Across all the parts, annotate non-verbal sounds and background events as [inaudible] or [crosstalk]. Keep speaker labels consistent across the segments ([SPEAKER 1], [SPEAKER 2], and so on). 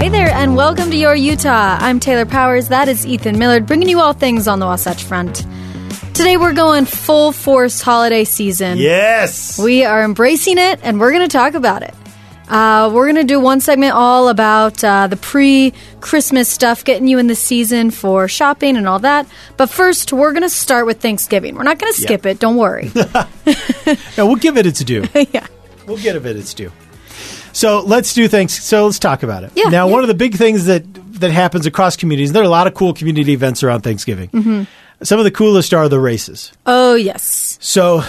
[SPEAKER 1] Hey there, and welcome to Your Utah. I'm Taylor Powers. That is Ethan Millard, bringing you all things on the Wasatch Front. Today, we're going full force holiday season.
[SPEAKER 2] Yes.
[SPEAKER 1] We are embracing it, and we're going to talk about it. Uh, we're going to do one segment all about uh, the pre Christmas stuff, getting you in the season for shopping and all that. But first, we're going to start with Thanksgiving. We're not going to skip it, don't worry.
[SPEAKER 2] [laughs] no, we'll give it its due.
[SPEAKER 1] [laughs] yeah.
[SPEAKER 2] We'll give it its due. So let's do things. So let's talk about it.
[SPEAKER 1] Yeah,
[SPEAKER 2] now,
[SPEAKER 1] yeah.
[SPEAKER 2] one of the big things that that happens across communities, there are a lot of cool community events around Thanksgiving. Some of the coolest are the races.
[SPEAKER 1] Mm-hmm. Oh, yes.
[SPEAKER 2] So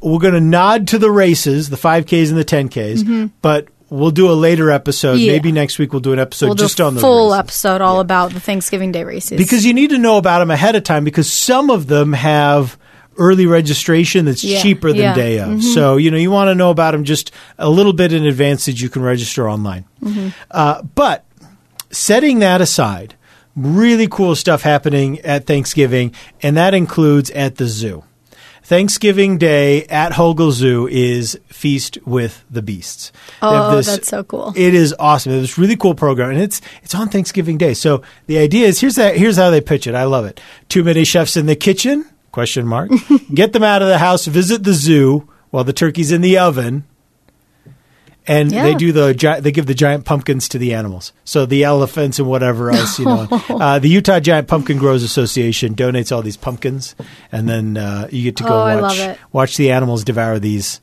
[SPEAKER 2] we're going to nod to the races, the 5Ks and the 10Ks, but we'll do a later episode.
[SPEAKER 1] Mm-hmm. Yeah.
[SPEAKER 2] Maybe next week we'll do an episode
[SPEAKER 1] we'll
[SPEAKER 2] just
[SPEAKER 1] do a
[SPEAKER 2] on the
[SPEAKER 1] full
[SPEAKER 2] races.
[SPEAKER 1] episode all about the Thanksgiving Day races.
[SPEAKER 2] because you need to know about them ahead of time because some of
[SPEAKER 3] Um,
[SPEAKER 2] them have early registration that's
[SPEAKER 1] Yeah,
[SPEAKER 2] cheaper than
[SPEAKER 1] yeah. Mm-hmm.
[SPEAKER 2] day of. So, you know, you want to know about them just a little bit in advance that you can register online.
[SPEAKER 1] Mm-hmm.
[SPEAKER 2] Uh, but setting that aside, really cool stuff happening at Thanksgiving, and that includes at the zoo. Thanksgiving Day at Hogel Zoo is Feast with the Beasts. They have
[SPEAKER 1] Oh, that's so cool.
[SPEAKER 2] It is awesome. It's a really cool program, and it's it's on Thanksgiving Day. So the idea is here's that here's how they pitch it. I love it. Too many chefs in the kitchen? Question
[SPEAKER 1] [laughs]
[SPEAKER 2] mark. Get them out of the house. Visit the zoo while the turkey's in the oven. And they
[SPEAKER 1] Yeah.
[SPEAKER 2] do the gi- they give the giant pumpkins to the animals, so the elephants and whatever else you
[SPEAKER 1] [laughs]
[SPEAKER 2] know. Uh, the Utah Giant Pumpkin Growers Association donates all these pumpkins, and then uh, you get to go
[SPEAKER 1] Oh, I love
[SPEAKER 2] watch
[SPEAKER 1] it.
[SPEAKER 2] watch the animals devour these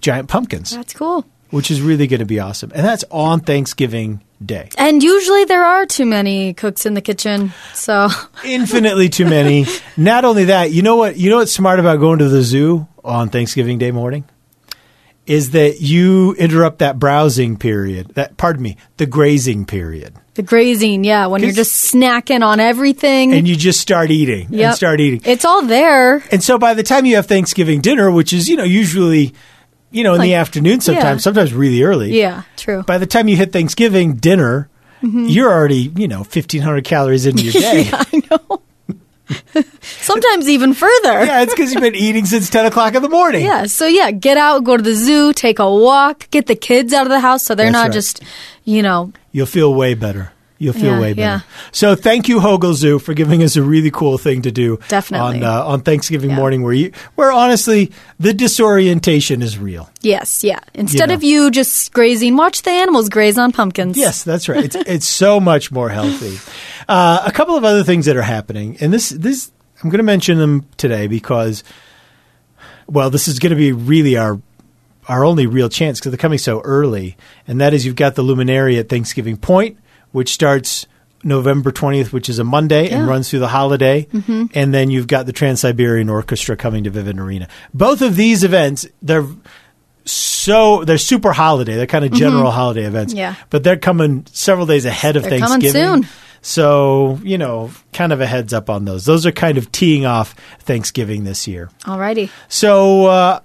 [SPEAKER 2] giant pumpkins
[SPEAKER 1] that's cool.
[SPEAKER 2] which is really going to be awesome. And that's on Thanksgiving Day.
[SPEAKER 1] And usually there are too many cooks in the kitchen. So, [laughs]
[SPEAKER 2] Infinitely too many. Not only that, you know what? You know what's smart about going to the zoo on Thanksgiving Day morning is that you interrupt that browsing period. That pardon me, the grazing period.
[SPEAKER 1] the grazing, yeah, when you're
[SPEAKER 2] 'Cause-
[SPEAKER 1] just snacking on everything.
[SPEAKER 2] And you just start eating
[SPEAKER 1] Yep.
[SPEAKER 2] and start eating.
[SPEAKER 1] It's all there.
[SPEAKER 2] And so by the time you have Thanksgiving dinner, which is, you know, usually, you know, in the
[SPEAKER 1] Like-
[SPEAKER 2] afternoon sometimes,
[SPEAKER 1] yeah.
[SPEAKER 2] sometimes really early.
[SPEAKER 1] Yeah, true. Mm-hmm.
[SPEAKER 2] by the time you hit Thanksgiving dinner, you're already, you know, 1500 calories
[SPEAKER 1] [laughs]
[SPEAKER 2] into your day. yeah.
[SPEAKER 1] Sometimes even further.
[SPEAKER 2] it's
[SPEAKER 1] [laughs]
[SPEAKER 2] because you've been eating since 10 o'clock in the morning.
[SPEAKER 1] Yeah, so yeah, get out, go to the zoo, take a walk, get the kids out of the house so they're
[SPEAKER 2] That's
[SPEAKER 1] not
[SPEAKER 2] right.
[SPEAKER 1] just, you know,
[SPEAKER 2] You'll feel way better. You'll feel
[SPEAKER 1] Yeah,
[SPEAKER 2] way better.
[SPEAKER 1] yeah.
[SPEAKER 2] So thank you, Hogel Zoo, for giving us a really cool thing to do
[SPEAKER 1] Definitely.
[SPEAKER 2] on uh, on Thanksgiving
[SPEAKER 1] Yeah.
[SPEAKER 2] morning, where you where honestly the disorientation is real.
[SPEAKER 1] yes, yeah. Instead
[SPEAKER 2] know.
[SPEAKER 1] of you just grazing, watch the animals graze on pumpkins.
[SPEAKER 2] Yes, that's right. It's it's so much more healthy. Uh, a couple of other things that are happening, and this this I'm going to mention them today because, well, this is going to be really our our only real chance because they're coming so early, and that is you've got the luminary at Thanksgiving Point, which starts. November 20th, which is a Monday and
[SPEAKER 1] Yeah. Mm-hmm.
[SPEAKER 2] runs through the holiday. And then you've got the Trans Siberian Orchestra coming to Vivint Arena. Both of these events, they're so they're super holiday. They're kind of general holiday events.
[SPEAKER 1] Mm-hmm. Yeah.
[SPEAKER 2] But they're coming several days ahead of
[SPEAKER 1] They're coming
[SPEAKER 2] Thanksgiving.
[SPEAKER 1] soon.
[SPEAKER 2] So, you know, kind of a heads up on those. Those are kind of teeing off Thanksgiving this year.
[SPEAKER 1] Alrighty.
[SPEAKER 2] So uh,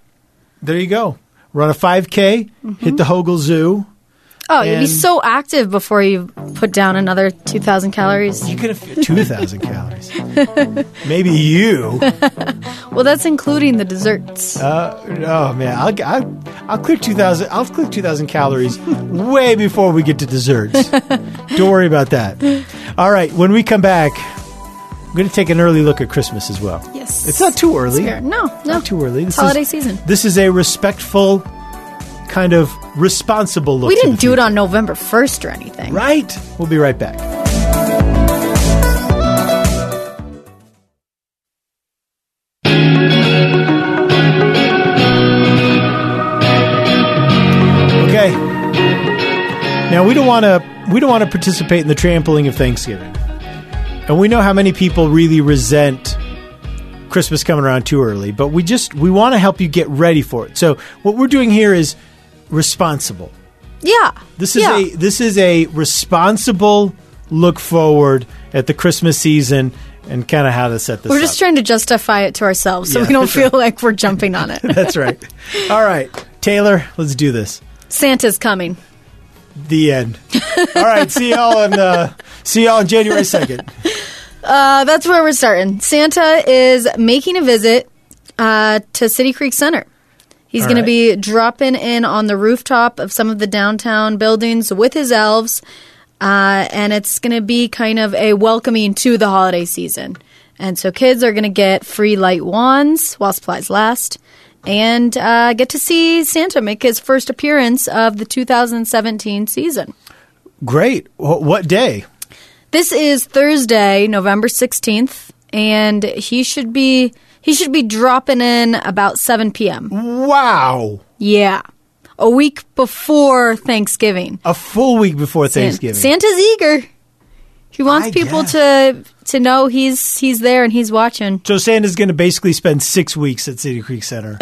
[SPEAKER 2] there you go. Run a 5K, hit the Hogel Zoo.
[SPEAKER 1] Mm-hmm. Oh, you'd be
[SPEAKER 2] And-
[SPEAKER 1] so active before you put down another 2,000 calories.
[SPEAKER 2] You're going to 2,000
[SPEAKER 1] [laughs]
[SPEAKER 2] calories. Maybe you.
[SPEAKER 1] Well, that's including the desserts.
[SPEAKER 2] Oh, man. I'll, I'll, I'll clear 2,000. I'll clear 2,000 calories way before [laughs] we get to desserts. Don't worry about that. All right. When we come back,
[SPEAKER 3] I'm going to take an early look at Christmas as well.
[SPEAKER 2] Yes.
[SPEAKER 3] It's not too early.
[SPEAKER 2] Fair. No, no.
[SPEAKER 3] Not too early. This
[SPEAKER 2] It's holiday
[SPEAKER 3] is-
[SPEAKER 2] season.
[SPEAKER 3] This is a respectful, kind of responsible look.
[SPEAKER 2] We
[SPEAKER 3] to
[SPEAKER 2] didn't
[SPEAKER 3] the
[SPEAKER 2] do it
[SPEAKER 3] future.
[SPEAKER 2] on November 1st or anything.
[SPEAKER 3] Right. We'll be right back. Okay. Now we don't want to we don't want to participate in the trampling of Thanksgiving. And we know how many people really resent Christmas coming around too early, but we just we want to help you get ready for it. So what we're doing here is responsible.
[SPEAKER 2] Yeah.
[SPEAKER 3] This is
[SPEAKER 2] yeah.
[SPEAKER 3] a this is a responsible look forward at the Christmas season and kind of how to set this.
[SPEAKER 2] We're just
[SPEAKER 3] up.
[SPEAKER 2] trying to justify it to ourselves so
[SPEAKER 3] Yeah,
[SPEAKER 2] we don't
[SPEAKER 3] that's
[SPEAKER 2] feel like we're jumping on
[SPEAKER 3] [laughs]
[SPEAKER 2] it.
[SPEAKER 3] That's right. All right, Taylor, let's do this.
[SPEAKER 2] Santa's coming.
[SPEAKER 3] The
[SPEAKER 2] [laughs]
[SPEAKER 3] end. All right, see y'all on uh, see y'all on January second.
[SPEAKER 2] Uh, that's where we're starting. Santa is making a visit uh, to City Creek Center. He's
[SPEAKER 3] All
[SPEAKER 2] going
[SPEAKER 3] right.
[SPEAKER 2] to be dropping in on the rooftop of some of the downtown buildings with his elves, uh, and it's going to be kind of a welcoming to the holiday season. And so kids are going to get free light wands while supplies last, and uh, get to see Santa make his first appearance of the 2017 season.
[SPEAKER 3] Great. Wh- what day?
[SPEAKER 2] This is Thursday, November 16th, and he should be he should be dropping in about 7 p.m.
[SPEAKER 3] Wow,
[SPEAKER 2] Yeah. A week before Thanksgiving.
[SPEAKER 3] a full week before Thanksgiving.
[SPEAKER 2] San- Santa's eager. He wants
[SPEAKER 3] I
[SPEAKER 2] people
[SPEAKER 3] guess.
[SPEAKER 2] to to know he's he's there and he's watching.
[SPEAKER 3] so Santa's going to basically spend six weeks at City Creek
[SPEAKER 2] [laughs]
[SPEAKER 3] Center.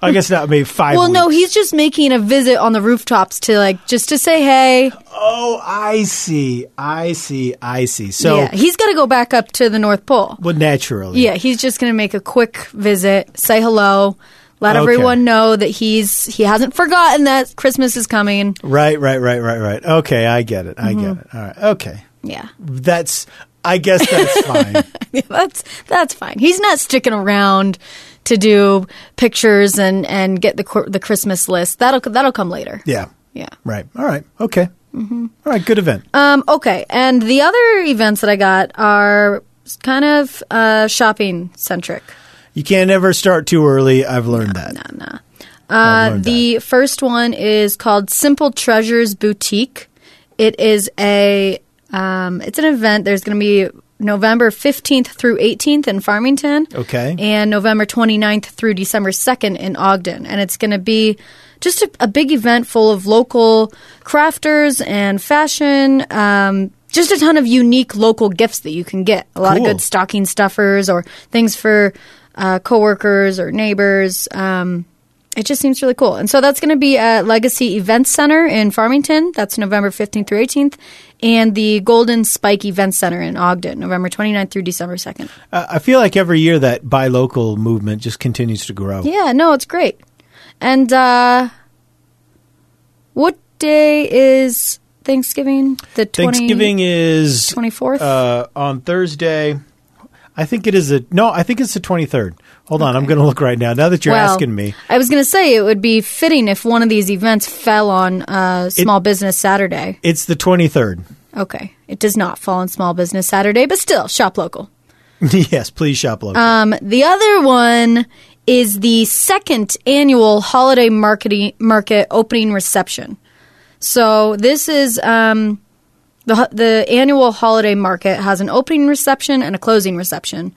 [SPEAKER 3] I guess not maybe five.
[SPEAKER 2] Well, no,
[SPEAKER 3] weeks.
[SPEAKER 2] he's just making a visit on the rooftops to like just to say hey.
[SPEAKER 3] Oh, I see. I see. I see. So,
[SPEAKER 2] yeah, he's got to go back up to the North Pole.
[SPEAKER 3] well, naturally,
[SPEAKER 2] Yeah, he's just going to make a quick visit, say hello, let
[SPEAKER 3] Okay.
[SPEAKER 2] everyone know that he's he hasn't forgotten that Christmas is coming. Mm-hmm.
[SPEAKER 3] Right, right, right, right, right. Okay, I get it. I get it. All right. Okay.
[SPEAKER 2] Yeah,
[SPEAKER 3] That's I guess
[SPEAKER 2] [laughs]
[SPEAKER 3] that's fine.
[SPEAKER 2] that's that's fine. He's not sticking around to do pictures and and get the cor- the Christmas list. That'll that'll come later.
[SPEAKER 3] Yeah.
[SPEAKER 2] Yeah.
[SPEAKER 3] Right. All right. Okay. All right, good event.
[SPEAKER 2] Um, okay, and the other events that I got are kind of uh, shopping centric.
[SPEAKER 3] you can't ever start too early. I've learned that.
[SPEAKER 2] Nah.
[SPEAKER 3] I've
[SPEAKER 2] Uh,
[SPEAKER 3] learned
[SPEAKER 2] the first one is called Simple Treasures Boutique. It is a um, it's an event. There's going to be November 15th through 18th in Farmington.
[SPEAKER 3] Okay.
[SPEAKER 2] And November 29th through December 2nd in Ogden. And it's going to be just a, a big event full of local crafters and fashion. Um, just a ton of unique local gifts that you can get. A lot
[SPEAKER 3] Cool.
[SPEAKER 2] of good stocking stuffers or things for uh, coworkers or neighbors. Um, it just seems really cool. And so that's going to be at Legacy Events Center in Farmington. That's November 15th through 18th. And the Golden Spike Event Center in Ogden, November 29th through December 2nd.
[SPEAKER 3] Uh, I feel like every year that buy local movement just continues to grow.
[SPEAKER 2] Yeah, no, it's great. And uh, what day is Thanksgiving? The 20,
[SPEAKER 3] Thanksgiving is
[SPEAKER 2] 24th?
[SPEAKER 3] uh, on Thursday. I think it is a no. I think it's the twenty third. Hold on, I'm going to look right now. Now that you're
[SPEAKER 2] Well,
[SPEAKER 3] asking me,
[SPEAKER 2] I was going to say it would be fitting if one of these events fell on uh, Small Business Saturday.
[SPEAKER 3] it's the twenty third.
[SPEAKER 2] Okay. It does not fall on Small Business Saturday, but still, shop local.
[SPEAKER 3] [laughs] yes, please shop local.
[SPEAKER 2] Um, the other one is the second annual holiday marketing market opening reception. So this is um, the ho- the annual holiday market has an opening reception and a closing reception,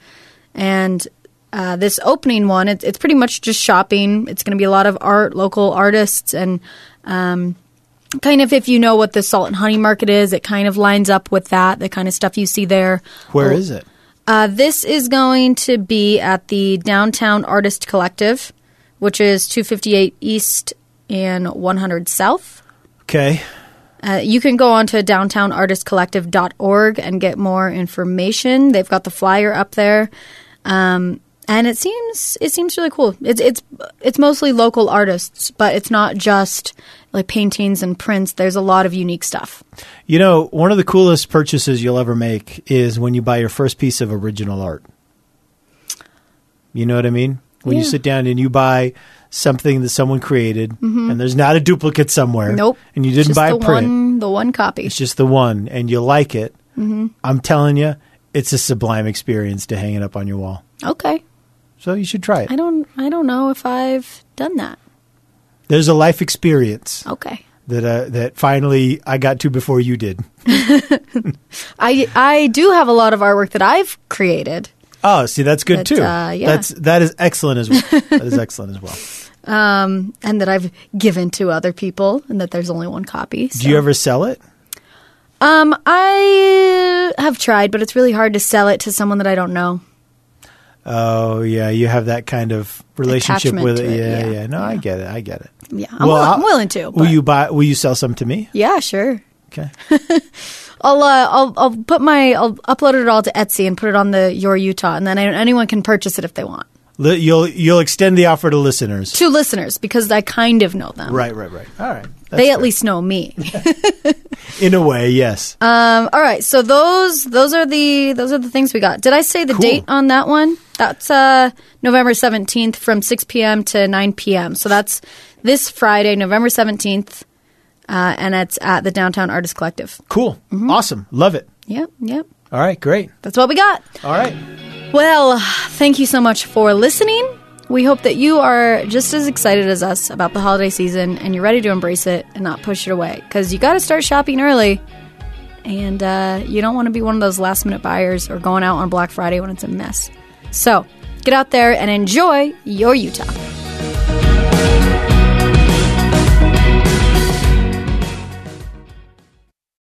[SPEAKER 2] and uh, this opening one it's it's pretty much just shopping. It's going to be a lot of art, local artists, and um, kind of if you know what the Salt and Honey Market is, it kind of lines up with that. The kind of stuff you see there.
[SPEAKER 3] Where
[SPEAKER 2] Where is
[SPEAKER 3] is it?
[SPEAKER 2] uh, this is going to be at the Downtown Artist Collective, which is 258 East and 100 South.
[SPEAKER 3] Okay.
[SPEAKER 2] Uh, you can go on to downtownartistcollective.org and get more information. They've got the flyer up there. Um, and it seems it seems really cool. It's it's it's mostly local artists, but it's not just like paintings and prints. There's a lot of unique stuff.
[SPEAKER 3] You know, one of the coolest purchases you'll ever make is when you buy your first piece of original art. You know what I mean? When you
[SPEAKER 2] Yeah.
[SPEAKER 3] sit down and you buy something that someone created and there's not a duplicate somewhere.
[SPEAKER 2] Mm-hmm. Nope.
[SPEAKER 3] And you didn't
[SPEAKER 2] Just
[SPEAKER 3] buy
[SPEAKER 2] the
[SPEAKER 3] a print.
[SPEAKER 2] one the one copy. Mm-hmm.
[SPEAKER 3] It's just the one and you like it. I'm telling you, it's a sublime experience to hang it up on your wall.
[SPEAKER 2] Okay.
[SPEAKER 3] So you should try it.
[SPEAKER 2] I don't I don't know if I've done that.
[SPEAKER 3] There's a life experience
[SPEAKER 2] Okay.
[SPEAKER 3] that uh, that finally I got to before you did.
[SPEAKER 2] [laughs] I I do have a lot of artwork that I've created.
[SPEAKER 3] Oh, see, that's good
[SPEAKER 2] But,
[SPEAKER 3] too.
[SPEAKER 2] uh, yeah.
[SPEAKER 3] That's that is excellent as well. that is excellent as well.
[SPEAKER 2] [laughs] Um, and that I've given to other people, and that there's only one copy.
[SPEAKER 3] Do you ever sell it?
[SPEAKER 2] Um, I have tried, but it's really hard to sell it to someone that I don't know.
[SPEAKER 3] Oh yeah, you have that kind of relationship
[SPEAKER 2] Attachment
[SPEAKER 3] with
[SPEAKER 2] to
[SPEAKER 3] it.
[SPEAKER 2] it,
[SPEAKER 3] Yeah, yeah,
[SPEAKER 2] yeah,
[SPEAKER 3] No, I get it. I get it.
[SPEAKER 2] Yeah, I'm, willing,
[SPEAKER 3] I'll-
[SPEAKER 2] I'm willing to.
[SPEAKER 3] Will
[SPEAKER 2] but-
[SPEAKER 3] you buy? Will you sell some to me?
[SPEAKER 2] Yeah, sure.
[SPEAKER 3] Okay.
[SPEAKER 2] [laughs] I'll uh, I'll I'll put my I'll upload it all to Etsy and put it on the Your Utah, and then I, anyone can purchase it if they want.
[SPEAKER 3] Li- you'll you'll extend the offer to listeners.
[SPEAKER 2] To listeners, because I kind of know them.
[SPEAKER 3] Right, right, right. All right. That's
[SPEAKER 2] They at
[SPEAKER 3] fair.
[SPEAKER 2] least know me.
[SPEAKER 3] [laughs] in a way, yes.
[SPEAKER 2] Um, all right, so those those are the those are the things we got. Did I say the
[SPEAKER 3] Cool.
[SPEAKER 2] date on that one? That's uh, November seventeenth from six p.m. to nine p.m. So that's this Friday, November seventeenth, uh, and it's at the Downtown Artist Collective. Mm-hmm.
[SPEAKER 3] cool. Awesome. Love it.
[SPEAKER 2] Yep, yep,
[SPEAKER 3] All right. Great.
[SPEAKER 2] that's what we got.
[SPEAKER 3] All right.
[SPEAKER 2] Well, thank you so much for listening. We hope that you are just as excited as us about the holiday season and you're ready to embrace it and not push it away because you got to start shopping early. And uh, you don't want to be one of those last minute buyers or going out on Black Friday when it's a mess. So get out there and enjoy your Utah.